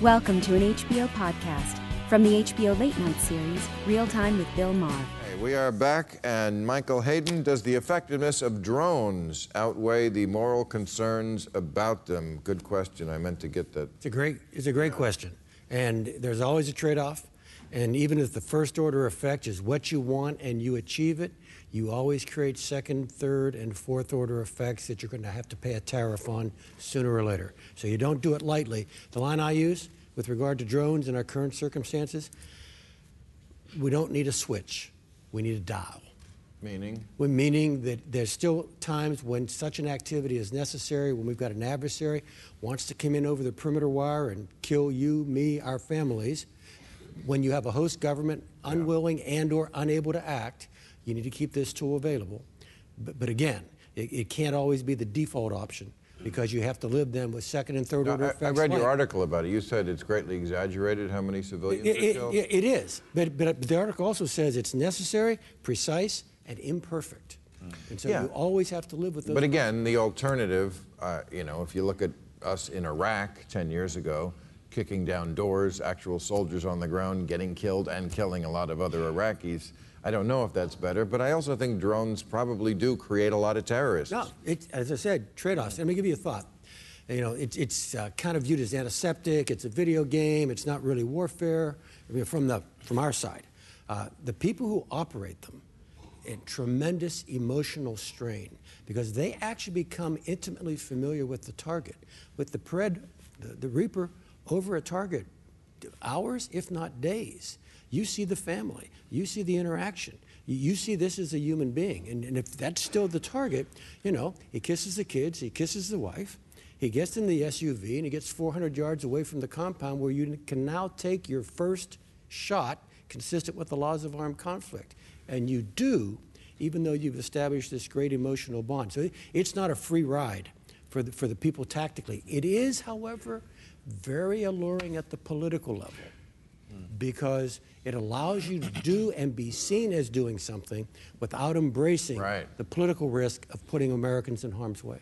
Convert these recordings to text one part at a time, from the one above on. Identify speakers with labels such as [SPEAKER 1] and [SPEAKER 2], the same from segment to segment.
[SPEAKER 1] Welcome to an HBO podcast from the HBO Late Night series, Real Time with Bill Maher.
[SPEAKER 2] Hey, we are back, and Michael Hayden. Does the effectiveness of drones outweigh the moral concerns about them? Good question. I meant to get that.
[SPEAKER 3] It's a great, it's a great question, and there's always a trade-off. And even if the first order effect is what you want and you achieve it, you always create second, third, and fourth order effects that you're going to have to pay a tariff on sooner or later. So you don't do it lightly. The line I use with regard to drones in our current circumstances, we don't need a switch, we need a dial.
[SPEAKER 2] Meaning?
[SPEAKER 3] Well, meaning that there's still times when such an activity is necessary, when we've got an adversary wants to come in over the perimeter wire and kill you, me, our families. When you have a host government unwilling and/or unable to act, you need to keep this tool available. But, but again, it, it can't always be the default option because you have to live then with second and third
[SPEAKER 2] Now,
[SPEAKER 3] order
[SPEAKER 2] I, I
[SPEAKER 3] effects.
[SPEAKER 2] read your
[SPEAKER 3] later.
[SPEAKER 2] article about it. You said it's greatly exaggerated how many civilians
[SPEAKER 3] It,
[SPEAKER 2] are
[SPEAKER 3] it-
[SPEAKER 2] killed.
[SPEAKER 3] it- it is, but, but the article also says it's necessary, precise, and imperfect. And so
[SPEAKER 2] Hmm. Yeah.
[SPEAKER 3] you always have to live with those.
[SPEAKER 2] But again, the alternative, uh, you know, if you look at us in Iraq 10 years ago, kicking down doors, actual soldiers on the ground getting killed and killing a lot of other Iraqis, I don't know if that's better, but I also think drones probably do create a lot of terrorists.
[SPEAKER 3] No, it, as I said, trade-offs. Let me give you a thought. You know, it, it's uh, kind of viewed as antiseptic. It's a video game. It's not really warfare. I mean, from the from our side, uh, the people who operate them, in tremendous emotional strain because they actually become intimately familiar with the target, with the pred, the, the reaper over a target, hours, if not days. You see the family. You see the interaction. You, you see this as a human being. And, and if that's still the target, you know, he kisses the kids, he kisses the wife, he gets in the SUV, and he gets 400 yards away from the compound where you can now take your first shot consistent with the laws of armed conflict. And you do, even though you've established this great emotional bond. So it's not a free ride for the, for the people tactically. It is, however, very alluring at the political level because it allows you to do and be seen as doing something without embracing
[SPEAKER 2] Right.
[SPEAKER 3] the political risk of putting Americans in harm's way.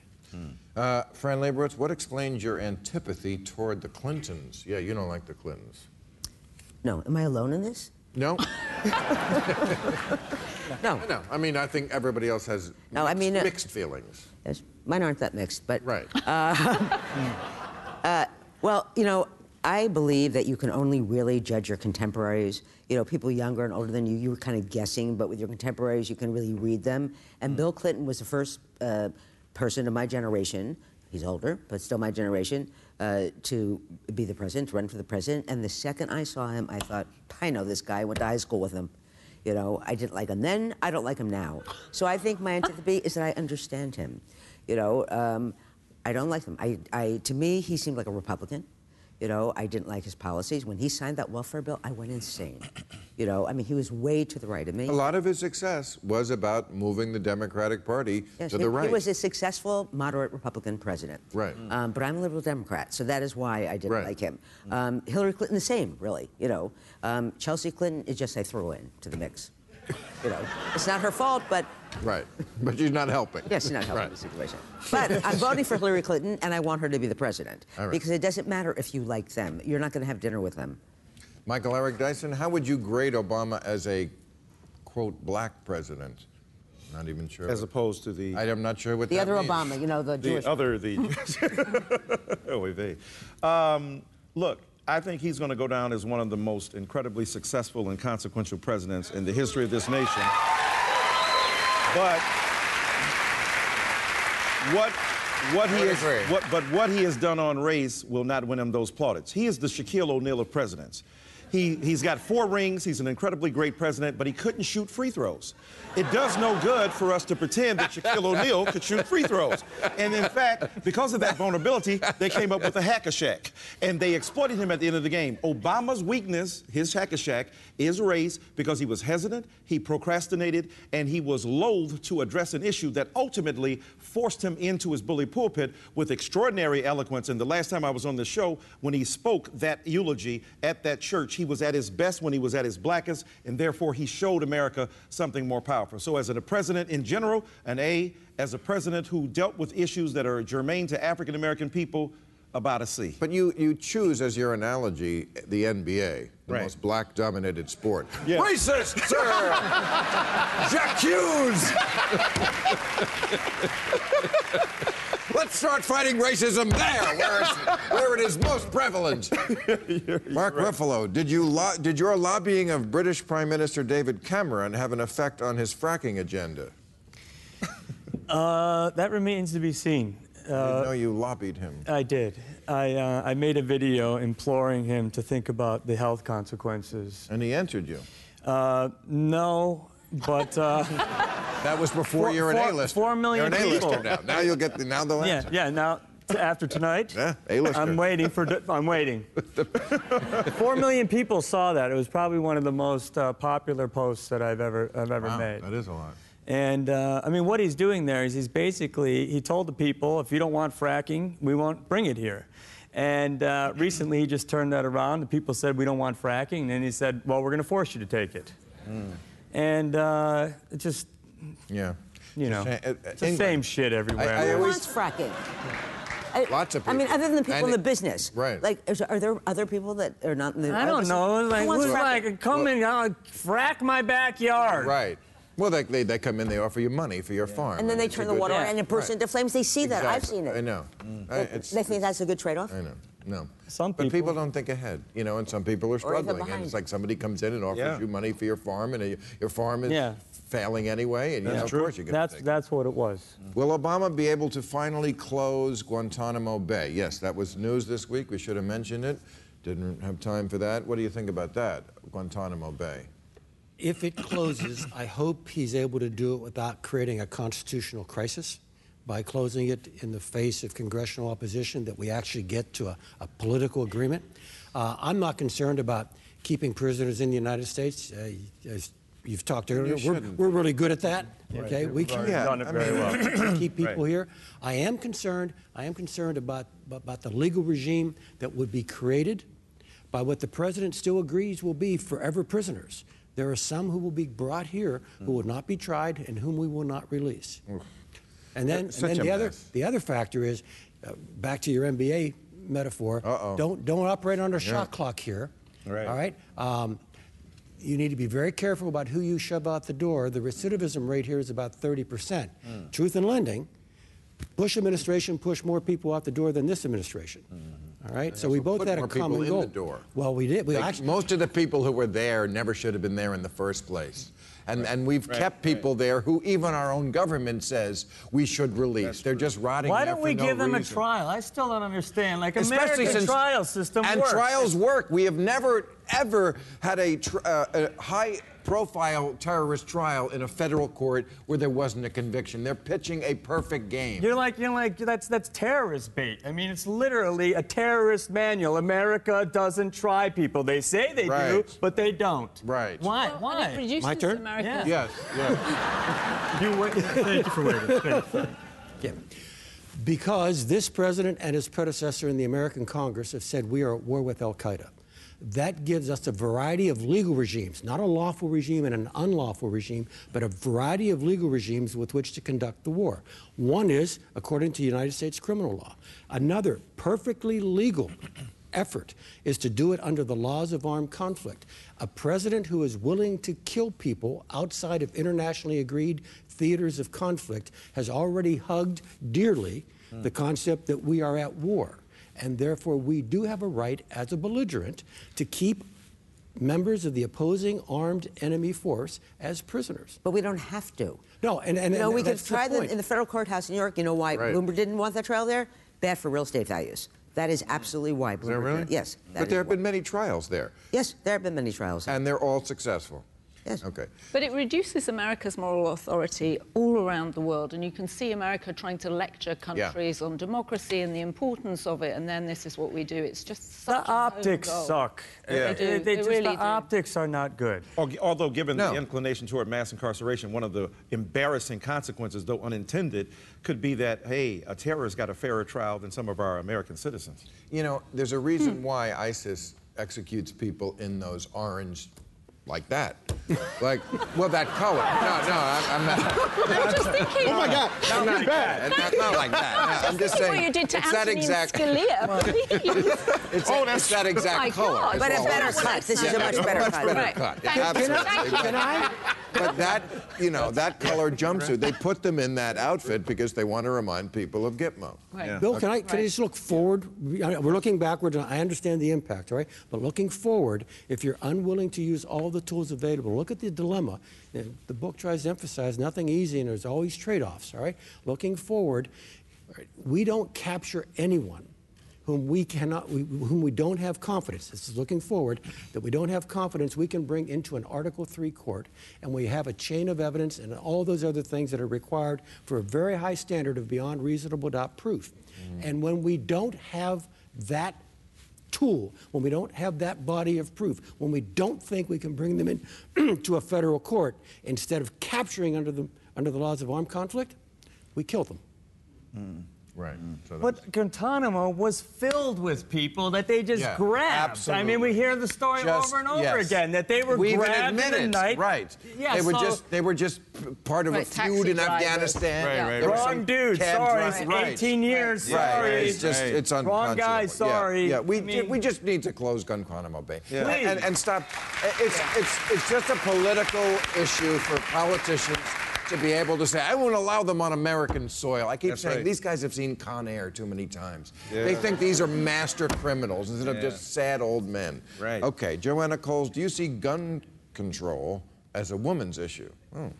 [SPEAKER 2] Uh, Fran Leibowitz, what explains your antipathy toward the Clintons? Yeah, you don't like the Clintons.
[SPEAKER 4] No, am I alone in this?
[SPEAKER 2] No?
[SPEAKER 4] No.
[SPEAKER 2] no. I mean, I think everybody else has
[SPEAKER 4] No, I
[SPEAKER 2] mixed,
[SPEAKER 4] mean, uh,
[SPEAKER 2] mixed feelings.
[SPEAKER 4] Yes, mine aren't that mixed, but.
[SPEAKER 2] Right.
[SPEAKER 4] Well, you know, I believe that you can only really judge your contemporaries. You know, people younger and older than you, you were kind of guessing, but with your contemporaries, you can really read them. And Bill Clinton was the first uh, person of my generation, he's older, but still my generation, uh, to be the president, to run for the president. And the second I saw him, I thought, I know this guy, I went to high school with him. You know, I didn't like him then, I don't like him now. So I think my antipathy is that I understand him. You know, um, I don't like him. I, I, to me, he seemed like a Republican. You know, I didn't like his policies. When he signed that welfare bill, I went insane. You know, I mean, he was way to the right of me.
[SPEAKER 2] A lot of his success was about moving the Democratic Party
[SPEAKER 4] Yes,
[SPEAKER 2] to
[SPEAKER 4] he,
[SPEAKER 2] the right.
[SPEAKER 4] he was a successful moderate Republican president.
[SPEAKER 2] Right. Mm.
[SPEAKER 4] Um, but I'm a liberal Democrat, so that is why I didn't
[SPEAKER 2] Right.
[SPEAKER 4] like him. Um, Hillary Clinton, the same, really. You know, um, Chelsea Clinton is just I threw in to the mix. you know, it's not her fault, but
[SPEAKER 2] Right. But she's not helping.
[SPEAKER 4] Yes, you're not helping
[SPEAKER 2] Right.
[SPEAKER 4] the situation. But I'm voting for Hillary Clinton, and I want her to be the president.
[SPEAKER 2] All right.
[SPEAKER 4] Because it doesn't matter if you like them. You're not going to have dinner with them.
[SPEAKER 2] Michael Eric Dyson, how would you grade Obama as a, quote, black president? Not even sure.
[SPEAKER 5] As opposed to the,
[SPEAKER 2] I, am not sure what
[SPEAKER 4] The
[SPEAKER 2] that
[SPEAKER 4] other
[SPEAKER 2] means.
[SPEAKER 4] Obama, you know, the, Jewish.
[SPEAKER 5] the other, the. Oy vey. um, look, I think he's going to go down as one of the most incredibly successful and consequential presidents in the history of this nation. But what, what he
[SPEAKER 2] Would
[SPEAKER 5] has,
[SPEAKER 2] agree.
[SPEAKER 5] what, but what he has done on race will not win him those plaudits. He is the Shaquille O'Neal of presidents. He, he's got four rings. He's an incredibly great president, but he couldn't shoot free throws. It does no good for us to pretend that Shaquille O'Neal could shoot free throws. And in fact, because of that vulnerability, they came up with the hack a shack. And they exploited him at the end of the game. Obama's weakness, his hack a shack, is race because he was hesitant, he procrastinated, and he was loath to address an issue that ultimately forced him into his bully pulpit with extraordinary eloquence. And the last time I was on the show, when he spoke that eulogy at that church, he was at his best when he was at his blackest, and therefore he showed America something more powerful. So, as a president in general, an A, as a president who dealt with issues that are germane to African American people, about a C.
[SPEAKER 2] But you, you choose as your analogy the NBA, the
[SPEAKER 5] Right.
[SPEAKER 2] most black dominated sport.
[SPEAKER 5] Yeah.
[SPEAKER 2] Racist, sir! Jack Hughes! Let's start fighting racism there, where, it's, where it is most prevalent. Mark Ruffalo, did, you lo- did your lobbying of British Prime Minister David Cameron have an effect on his fracking agenda?
[SPEAKER 6] Uh, that remains to be seen.
[SPEAKER 2] I
[SPEAKER 6] Uh,
[SPEAKER 2] didn't know you lobbied him.
[SPEAKER 6] I did. I, uh, I made a video imploring him to think about the health consequences.
[SPEAKER 2] And he answered you.
[SPEAKER 6] Uh, no, but uh,
[SPEAKER 2] That was before
[SPEAKER 6] Four-
[SPEAKER 2] you were an
[SPEAKER 6] four-
[SPEAKER 2] A-lister.
[SPEAKER 6] four million
[SPEAKER 2] You're an
[SPEAKER 6] people.
[SPEAKER 2] A-lister now. Now you'll get the, now they'll
[SPEAKER 6] yeah,
[SPEAKER 2] answer.
[SPEAKER 6] yeah. Now t- after tonight,
[SPEAKER 2] Yeah, A-lister.
[SPEAKER 6] I'm waiting for. d- I'm waiting. Four million people saw that. It was probably one of the most uh, popular posts that I've ever I've ever
[SPEAKER 2] Wow,
[SPEAKER 6] made.
[SPEAKER 2] that is a lot.
[SPEAKER 6] And uh, I mean, what he's doing there is he's basically he told the people, if you don't want fracking, we won't bring it here. And uh, recently, he just turned that around. The people said we don't want fracking, and then he said, well, we're going to force you to take it. And uh, it just
[SPEAKER 2] Yeah.
[SPEAKER 6] you know,
[SPEAKER 2] It's a shame- uh, uh,
[SPEAKER 6] it's the
[SPEAKER 2] England.
[SPEAKER 6] same shit everywhere.
[SPEAKER 2] I
[SPEAKER 4] Who
[SPEAKER 2] always-
[SPEAKER 4] wants fracking? I-
[SPEAKER 2] Lots of
[SPEAKER 4] I mean,
[SPEAKER 2] people.
[SPEAKER 4] other than the people
[SPEAKER 2] And
[SPEAKER 4] in the
[SPEAKER 2] it-
[SPEAKER 4] business.
[SPEAKER 2] right.
[SPEAKER 4] Like, is, are there other people that are not in the
[SPEAKER 6] I don't know. Like,
[SPEAKER 4] Who wants
[SPEAKER 6] who's
[SPEAKER 4] fracking?
[SPEAKER 6] like, come and uh, frack my backyard.
[SPEAKER 2] Right. Well, they, they, they come in, they offer you money for your farm.
[SPEAKER 4] and then they
[SPEAKER 2] it's a
[SPEAKER 4] turn the
[SPEAKER 2] good-
[SPEAKER 4] water on
[SPEAKER 6] Yeah.
[SPEAKER 4] and it bursts
[SPEAKER 2] Right.
[SPEAKER 4] into flames. They see that. I've
[SPEAKER 2] Exactly.
[SPEAKER 4] seen it. Mm.
[SPEAKER 2] I know. I,
[SPEAKER 4] They-
[SPEAKER 2] it's,
[SPEAKER 4] they think that's a good trade-off.
[SPEAKER 2] I know. No.
[SPEAKER 6] Some
[SPEAKER 2] But people
[SPEAKER 6] people-
[SPEAKER 2] don't think ahead, you know, and some people are
[SPEAKER 4] even
[SPEAKER 2] struggling. And
[SPEAKER 4] behind.
[SPEAKER 2] it's like somebody comes in and offers
[SPEAKER 5] Yeah.
[SPEAKER 2] you money for your farm, and uh, your farm is
[SPEAKER 6] Yeah.
[SPEAKER 2] failing anyway, and you know, of course you're going to
[SPEAKER 6] That's
[SPEAKER 2] take it. Mm-hmm.
[SPEAKER 6] that's what it was.
[SPEAKER 2] Will Obama be able to finally close Guantanamo Bay? Yes, that was news this week. We should have mentioned it. Didn't have time for that. What do you think about that, Guantanamo Bay?
[SPEAKER 3] If it closes, I hope he's able to do it without creating a constitutional crisis by closing it in the face of congressional opposition that we actually get to a, a political agreement. Uh, I'm not concerned about keeping prisoners in the United States. Uh, as you've talked earlier, we're,
[SPEAKER 2] shouldn't.
[SPEAKER 3] we're really good at that. Okay, we can
[SPEAKER 2] Yeah,
[SPEAKER 6] done it
[SPEAKER 2] I
[SPEAKER 6] very
[SPEAKER 2] mean-
[SPEAKER 6] well.
[SPEAKER 3] keep people here. I am concerned. I am concerned about about the legal regime that would be created by what the president still agrees will be forever prisoners. There are some who will be brought here who will not be tried and whom we will not release. And then, and
[SPEAKER 2] Such
[SPEAKER 3] then
[SPEAKER 2] a
[SPEAKER 3] the other
[SPEAKER 2] mess.
[SPEAKER 3] the other factor is uh, back to your MBA metaphor.
[SPEAKER 2] Uh-oh.
[SPEAKER 3] Don't don't operate under shot clock here.
[SPEAKER 5] Right.
[SPEAKER 3] All right. Um, you need to be very careful about who you shove out the door. The recidivism rate here is about 30 percent.
[SPEAKER 2] Hmm.
[SPEAKER 3] Truth in lending, Bush administration pushed more people out the door than this administration. All right. So we
[SPEAKER 2] Hmm.
[SPEAKER 3] both
[SPEAKER 2] put
[SPEAKER 3] had a
[SPEAKER 2] more people
[SPEAKER 3] common
[SPEAKER 2] in
[SPEAKER 3] goal.
[SPEAKER 2] the door.
[SPEAKER 3] Well, we did. We
[SPEAKER 2] Like,
[SPEAKER 3] actually.
[SPEAKER 2] most of the people who were there never should have been there in the first place. And, and we've kept people there who even our own government says we should release. They're just rotting
[SPEAKER 6] Why
[SPEAKER 2] there
[SPEAKER 6] don't
[SPEAKER 2] for
[SPEAKER 6] we
[SPEAKER 2] no
[SPEAKER 6] give them a
[SPEAKER 2] reason.
[SPEAKER 6] trial? I still don't understand. Like
[SPEAKER 2] Especially
[SPEAKER 6] American
[SPEAKER 2] since
[SPEAKER 6] trial system
[SPEAKER 2] and
[SPEAKER 6] works.
[SPEAKER 2] trials work. We have never ever had a, tr- uh, a high-profile terrorist trial in a federal court where there wasn't a conviction. They're pitching a perfect game.
[SPEAKER 6] You're like, you're like, that's that's terrorist bait. I mean, it's literally a terrorist manual. America doesn't try people. They say they do,
[SPEAKER 2] Right.
[SPEAKER 6] but they don't.
[SPEAKER 2] Right.
[SPEAKER 6] Why?
[SPEAKER 7] Well, and
[SPEAKER 6] Why?
[SPEAKER 7] it produces
[SPEAKER 3] My turn?
[SPEAKER 7] America.
[SPEAKER 6] Yeah.
[SPEAKER 2] yes, yes.
[SPEAKER 6] You wait. Thank you for waiting. Thank you.
[SPEAKER 3] Yeah. Because this president and his predecessor in the American Congress have said we are at war with Al Qaeda. That gives us a variety of legal regimes, not a lawful regime and an unlawful regime, but a variety of legal regimes with which to conduct the war. One is according to United States criminal law, another perfectly legal effort is to do it under the laws of armed conflict. A president who is willing to kill people outside of internationally agreed theaters of conflict has already hugged dearly the concept that we are at war. And therefore, we do have a right as a belligerent to keep members of the opposing armed enemy force as prisoners.
[SPEAKER 4] But we don't have to.
[SPEAKER 3] No, and, and,
[SPEAKER 4] You know,
[SPEAKER 3] and
[SPEAKER 4] we could
[SPEAKER 3] that's the
[SPEAKER 4] try that
[SPEAKER 3] point.
[SPEAKER 4] in the federal courthouse in New York. You know why
[SPEAKER 2] Right.
[SPEAKER 4] Bloomberg didn't want that trial there? Bad for real estate values. That is absolutely why Bloomberg.
[SPEAKER 2] Is there really?
[SPEAKER 4] didn't- Yes. that
[SPEAKER 2] But
[SPEAKER 4] is
[SPEAKER 2] there have
[SPEAKER 4] why.
[SPEAKER 2] been many trials there,
[SPEAKER 4] Yes, there have been many trials.
[SPEAKER 2] and they're all successful.
[SPEAKER 4] Yes.
[SPEAKER 2] Okay.
[SPEAKER 7] But it reduces America's moral authority all around the world, and you can see America trying to lecture countries on democracy and the importance of it, and then this is what we do. It's just such
[SPEAKER 6] The
[SPEAKER 7] an own
[SPEAKER 6] optics
[SPEAKER 7] goal.
[SPEAKER 6] suck.
[SPEAKER 7] They do.
[SPEAKER 6] They
[SPEAKER 7] They
[SPEAKER 6] just,
[SPEAKER 7] really
[SPEAKER 6] the
[SPEAKER 7] do.
[SPEAKER 6] optics are not good.
[SPEAKER 5] Al- Although, given
[SPEAKER 2] No.
[SPEAKER 5] the inclination toward mass incarceration, one of the embarrassing consequences, though unintended, could be that, hey, a terrorist got a fairer trial than some of our American citizens.
[SPEAKER 2] You know, there's a reason why ISIS executes people in those orange like that. Like, well, that color. No, no, I'm, I'm not.
[SPEAKER 7] I was just thinking.
[SPEAKER 5] Oh my God.
[SPEAKER 2] Not like that. Not, not like that. No, I'm just saying.
[SPEAKER 7] What you did to
[SPEAKER 2] it's that
[SPEAKER 7] Anthony
[SPEAKER 2] exact.
[SPEAKER 7] Scalia, please.
[SPEAKER 2] It's, that-
[SPEAKER 5] Oh, that's-
[SPEAKER 2] it's that exact
[SPEAKER 7] My
[SPEAKER 2] color.
[SPEAKER 7] God.
[SPEAKER 2] is
[SPEAKER 4] But a
[SPEAKER 2] all.
[SPEAKER 4] better cut. This is a much better
[SPEAKER 2] much
[SPEAKER 4] cut.
[SPEAKER 2] better
[SPEAKER 7] Right.
[SPEAKER 2] cut. Yeah,
[SPEAKER 7] Thank you.
[SPEAKER 2] absolutely.
[SPEAKER 7] Thank you.
[SPEAKER 2] Can I? But that, you know, that color jumpsuit, they put them in that outfit because they want to remind people of Gitmo.
[SPEAKER 7] Right.
[SPEAKER 3] Bill, can I, can I just look forward? We- I- We're looking backwards, and I understand the impact, all right? But looking forward, if you're unwilling to use all the tools available, look at the dilemma. Uh, The book tries to emphasize nothing easy, and there's always trade offs, all right? Looking forward, all right, we don't capture anyone whom we cannot, we, whom we don't have confidence. This is looking forward that we don't have confidence. We can bring into an Article Three court, and we have a chain of evidence and all those other things that are required for a very high standard of beyond reasonable doubt proof. And when we don't have that tool, when we don't have that body of proof, when we don't think we can bring them in to a federal court, instead of capturing under the under the laws of armed conflict, we kill them.
[SPEAKER 2] Right. So that's-
[SPEAKER 6] But Guantanamo was filled with people that they just
[SPEAKER 2] Yeah,
[SPEAKER 6] grabbed. I mean,
[SPEAKER 2] absolutely.
[SPEAKER 6] we hear the story
[SPEAKER 2] Just-
[SPEAKER 6] over and over
[SPEAKER 2] yes.
[SPEAKER 6] again that they were
[SPEAKER 2] we even
[SPEAKER 6] grabbed
[SPEAKER 2] admit
[SPEAKER 6] in the
[SPEAKER 2] it,
[SPEAKER 6] night.
[SPEAKER 2] Right.
[SPEAKER 6] Yeah,
[SPEAKER 2] they were
[SPEAKER 6] so-
[SPEAKER 2] just they were just part of
[SPEAKER 7] Right,
[SPEAKER 2] a
[SPEAKER 7] taxi
[SPEAKER 2] feud in
[SPEAKER 7] drivers.
[SPEAKER 2] Afghanistan.
[SPEAKER 7] Right, right,
[SPEAKER 2] There were
[SPEAKER 6] right.
[SPEAKER 2] some
[SPEAKER 6] Wrong dude,
[SPEAKER 2] cab
[SPEAKER 6] sorry,
[SPEAKER 2] drivers- right.
[SPEAKER 6] 18 years,
[SPEAKER 2] Right,
[SPEAKER 6] sorry.
[SPEAKER 2] It's just
[SPEAKER 5] Right.
[SPEAKER 2] it's
[SPEAKER 6] Wrong guy,
[SPEAKER 2] unconscionable. Yeah,
[SPEAKER 6] sorry.
[SPEAKER 2] Yeah, we
[SPEAKER 6] I mean-
[SPEAKER 2] we just need to close Guantanamo Bay
[SPEAKER 5] Yeah.
[SPEAKER 2] and, and, and stop. It's it's it's just a political issue for politicians. To be able to say, I won't allow them on American soil. I keep
[SPEAKER 5] That's
[SPEAKER 2] saying
[SPEAKER 5] right.
[SPEAKER 2] these guys have seen Con Air too many times.
[SPEAKER 5] Yeah.
[SPEAKER 2] They think these are master criminals instead of
[SPEAKER 5] Yeah.
[SPEAKER 2] just sad old men.
[SPEAKER 5] Right.
[SPEAKER 2] Okay. Okay, Joanna Coles, do you see gun control as a woman's issue? Oh.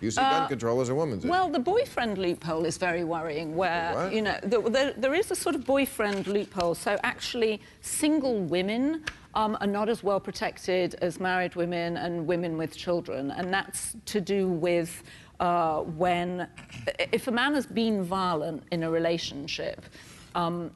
[SPEAKER 2] You see gun control as a woman's
[SPEAKER 7] Well, the boyfriend loophole is very worrying, where,
[SPEAKER 2] What?
[SPEAKER 7] you know, the, the, there is a sort of boyfriend loophole. So actually, single women um, are not as well protected as married women and women with children. And that's to do with uh, when, if a man has been violent in a relationship, um,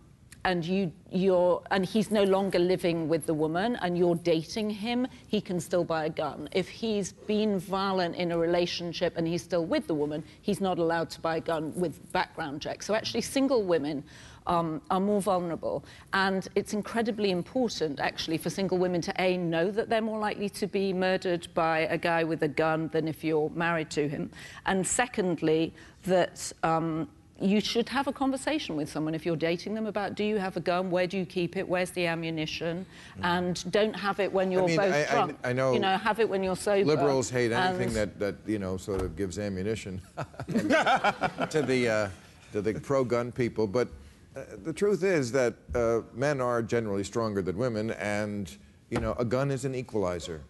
[SPEAKER 7] and you you're and he's no longer living with the woman and you're dating him he can still buy a gun if he's been violent in a relationship and he's still with the woman he's not allowed to buy a gun with background checks so actually single women um, are more vulnerable and it's incredibly important actually for single women to a know that they're more likely to be murdered by a guy with a gun than if you're married to him and secondly that um, you should have a conversation with someone if you're dating them about do you have a gun, where do you keep it, where's the ammunition, and don't have it when you're
[SPEAKER 2] mean,
[SPEAKER 7] both
[SPEAKER 2] Mm. I- I-
[SPEAKER 7] drunk.
[SPEAKER 2] I know
[SPEAKER 7] you know, have it when you're sober.
[SPEAKER 2] Liberals hate anything
[SPEAKER 7] and-
[SPEAKER 2] that, that you know sort of gives ammunition to the uh, to the pro-gun people. But uh, the truth is that uh, men are generally stronger than women, and you know a gun is an equalizer.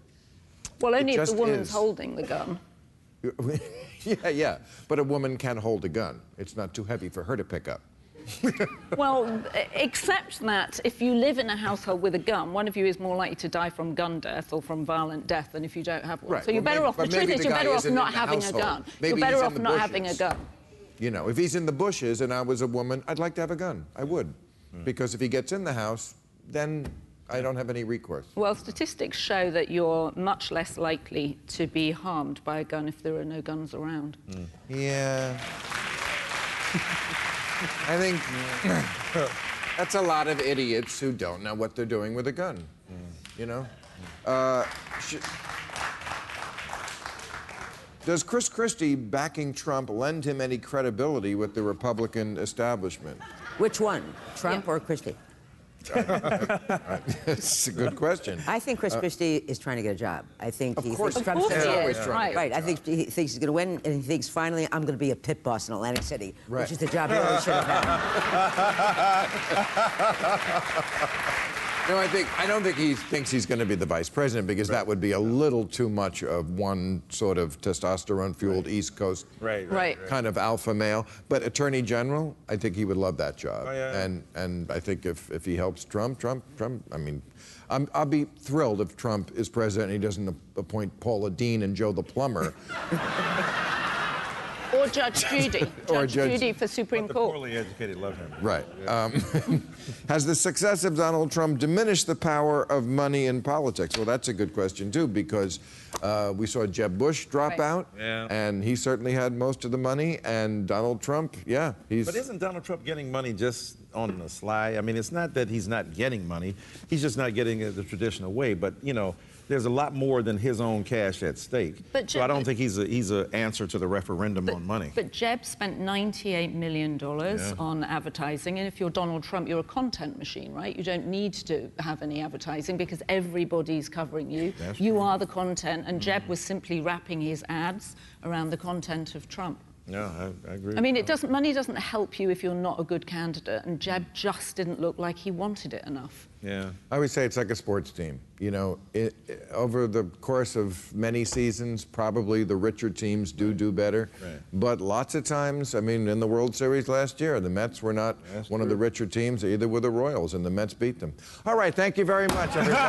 [SPEAKER 7] Well, only if the
[SPEAKER 2] just
[SPEAKER 7] woman's
[SPEAKER 2] is.
[SPEAKER 7] holding the gun.
[SPEAKER 2] yeah, yeah. But a woman can hold a gun. It's not too heavy for her to pick up.
[SPEAKER 7] Well, except that if you live in a household with a gun, one of you is more likely to die from gun death or from violent death than if you don't have one.
[SPEAKER 2] Right,
[SPEAKER 7] So you're
[SPEAKER 2] well,
[SPEAKER 7] better
[SPEAKER 2] maybe-
[SPEAKER 7] off. The
[SPEAKER 2] but
[SPEAKER 7] truth
[SPEAKER 2] maybe
[SPEAKER 7] is,
[SPEAKER 2] the
[SPEAKER 7] you're
[SPEAKER 2] guy
[SPEAKER 7] better off
[SPEAKER 2] isn't in
[SPEAKER 7] not
[SPEAKER 2] the
[SPEAKER 7] having a
[SPEAKER 2] household.
[SPEAKER 7] gun.
[SPEAKER 2] Maybe
[SPEAKER 7] you're
[SPEAKER 2] he's
[SPEAKER 7] better
[SPEAKER 2] in
[SPEAKER 7] off
[SPEAKER 2] the
[SPEAKER 7] not having a
[SPEAKER 2] bushes.
[SPEAKER 7] gun.
[SPEAKER 2] You know, if he's in the bushes and I was a woman, I'd like to have a gun. I would. Because if he gets in the house, then I don't have any recourse.
[SPEAKER 7] Well, statistics show that you're much less likely to be harmed by a gun if there are no guns around.
[SPEAKER 2] Mm. Yeah. I think that's a lot of idiots who don't know what they're doing with a gun. You know? Uh, sh- does Chris Christie backing Trump lend him any credibility with the Republican establishment?
[SPEAKER 4] Which one, Trump
[SPEAKER 7] Yeah.
[SPEAKER 4] or Christie?
[SPEAKER 2] That's a good question.
[SPEAKER 4] I think Chris Christie is trying to get a job. I think he
[SPEAKER 2] course
[SPEAKER 4] thinks
[SPEAKER 2] he
[SPEAKER 4] Trump's
[SPEAKER 7] is.
[SPEAKER 4] gonna
[SPEAKER 7] Uh, Of course
[SPEAKER 4] win.
[SPEAKER 7] he is, Yeah. right.
[SPEAKER 4] Right. I think he thinks he's going to win, and he thinks finally I'm going to be a pit boss in Atlantic City,
[SPEAKER 2] Right.
[SPEAKER 4] which is the job he always should have had.
[SPEAKER 2] No, I think I don't think he thinks he's going to be the vice president because that would be a little too much of one sort of testosterone-fueled East Coast
[SPEAKER 5] Right,
[SPEAKER 7] right, Right.
[SPEAKER 2] kind of alpha male. But attorney general, I think he would love that job.
[SPEAKER 5] Oh, yeah.
[SPEAKER 2] And and I think if, if he helps Trump, Trump, Trump, I mean, I'm, I'll be thrilled if Trump is president and he doesn't ap- appoint Paula Dean and Joe the plumber.
[SPEAKER 7] Or Judge Judy.
[SPEAKER 2] Or
[SPEAKER 7] Judge,
[SPEAKER 2] Judge-
[SPEAKER 7] Judy for Supreme
[SPEAKER 5] The
[SPEAKER 7] Court.
[SPEAKER 5] poorly educated love him.
[SPEAKER 2] Right. Um, has the success of Donald Trump diminished the power of money in politics? Well, that's a good question, too, because uh, we saw Jeb Bush drop
[SPEAKER 7] Right.
[SPEAKER 2] out,
[SPEAKER 5] Yeah.
[SPEAKER 2] and he certainly had most of the money, and Donald Trump, yeah, he's.
[SPEAKER 5] But isn't Donald Trump getting money just on the sly. I mean, it's not that he's not getting money; he's just not getting it the traditional way. But you know, there's a lot more than his own cash at stake.
[SPEAKER 7] But
[SPEAKER 5] so I don't
[SPEAKER 7] Jim-
[SPEAKER 5] think he's a he's a answer to the referendum on money.
[SPEAKER 7] But Jeb spent $98 million
[SPEAKER 5] Yeah.
[SPEAKER 7] on advertising. And if you're Donald Trump, you're a content machine, right? You don't need to have any advertising because everybody's covering you.
[SPEAKER 5] That's
[SPEAKER 7] you
[SPEAKER 5] true. Mm-hmm.
[SPEAKER 7] are the content. And Jeb was simply wrapping his ads around the content of Trump.
[SPEAKER 5] yeah, I, I agree.
[SPEAKER 7] I mean,
[SPEAKER 5] with
[SPEAKER 7] it
[SPEAKER 5] that.
[SPEAKER 7] doesn't, money doesn't help you if you're not a good candidate. And Jeb just didn't look like he wanted it enough.
[SPEAKER 5] Yeah.
[SPEAKER 2] I would say it's like a sports team. You know, it, it- over the course of many seasons, probably the richer teams do do better.
[SPEAKER 5] Right.
[SPEAKER 2] But lots of times, I mean, in the World Series last year, the Mets were not
[SPEAKER 5] That's
[SPEAKER 2] one of the
[SPEAKER 5] true.
[SPEAKER 2] richer teams. Either were the Royals, and the Mets beat them. All right, thank you very much, everybody.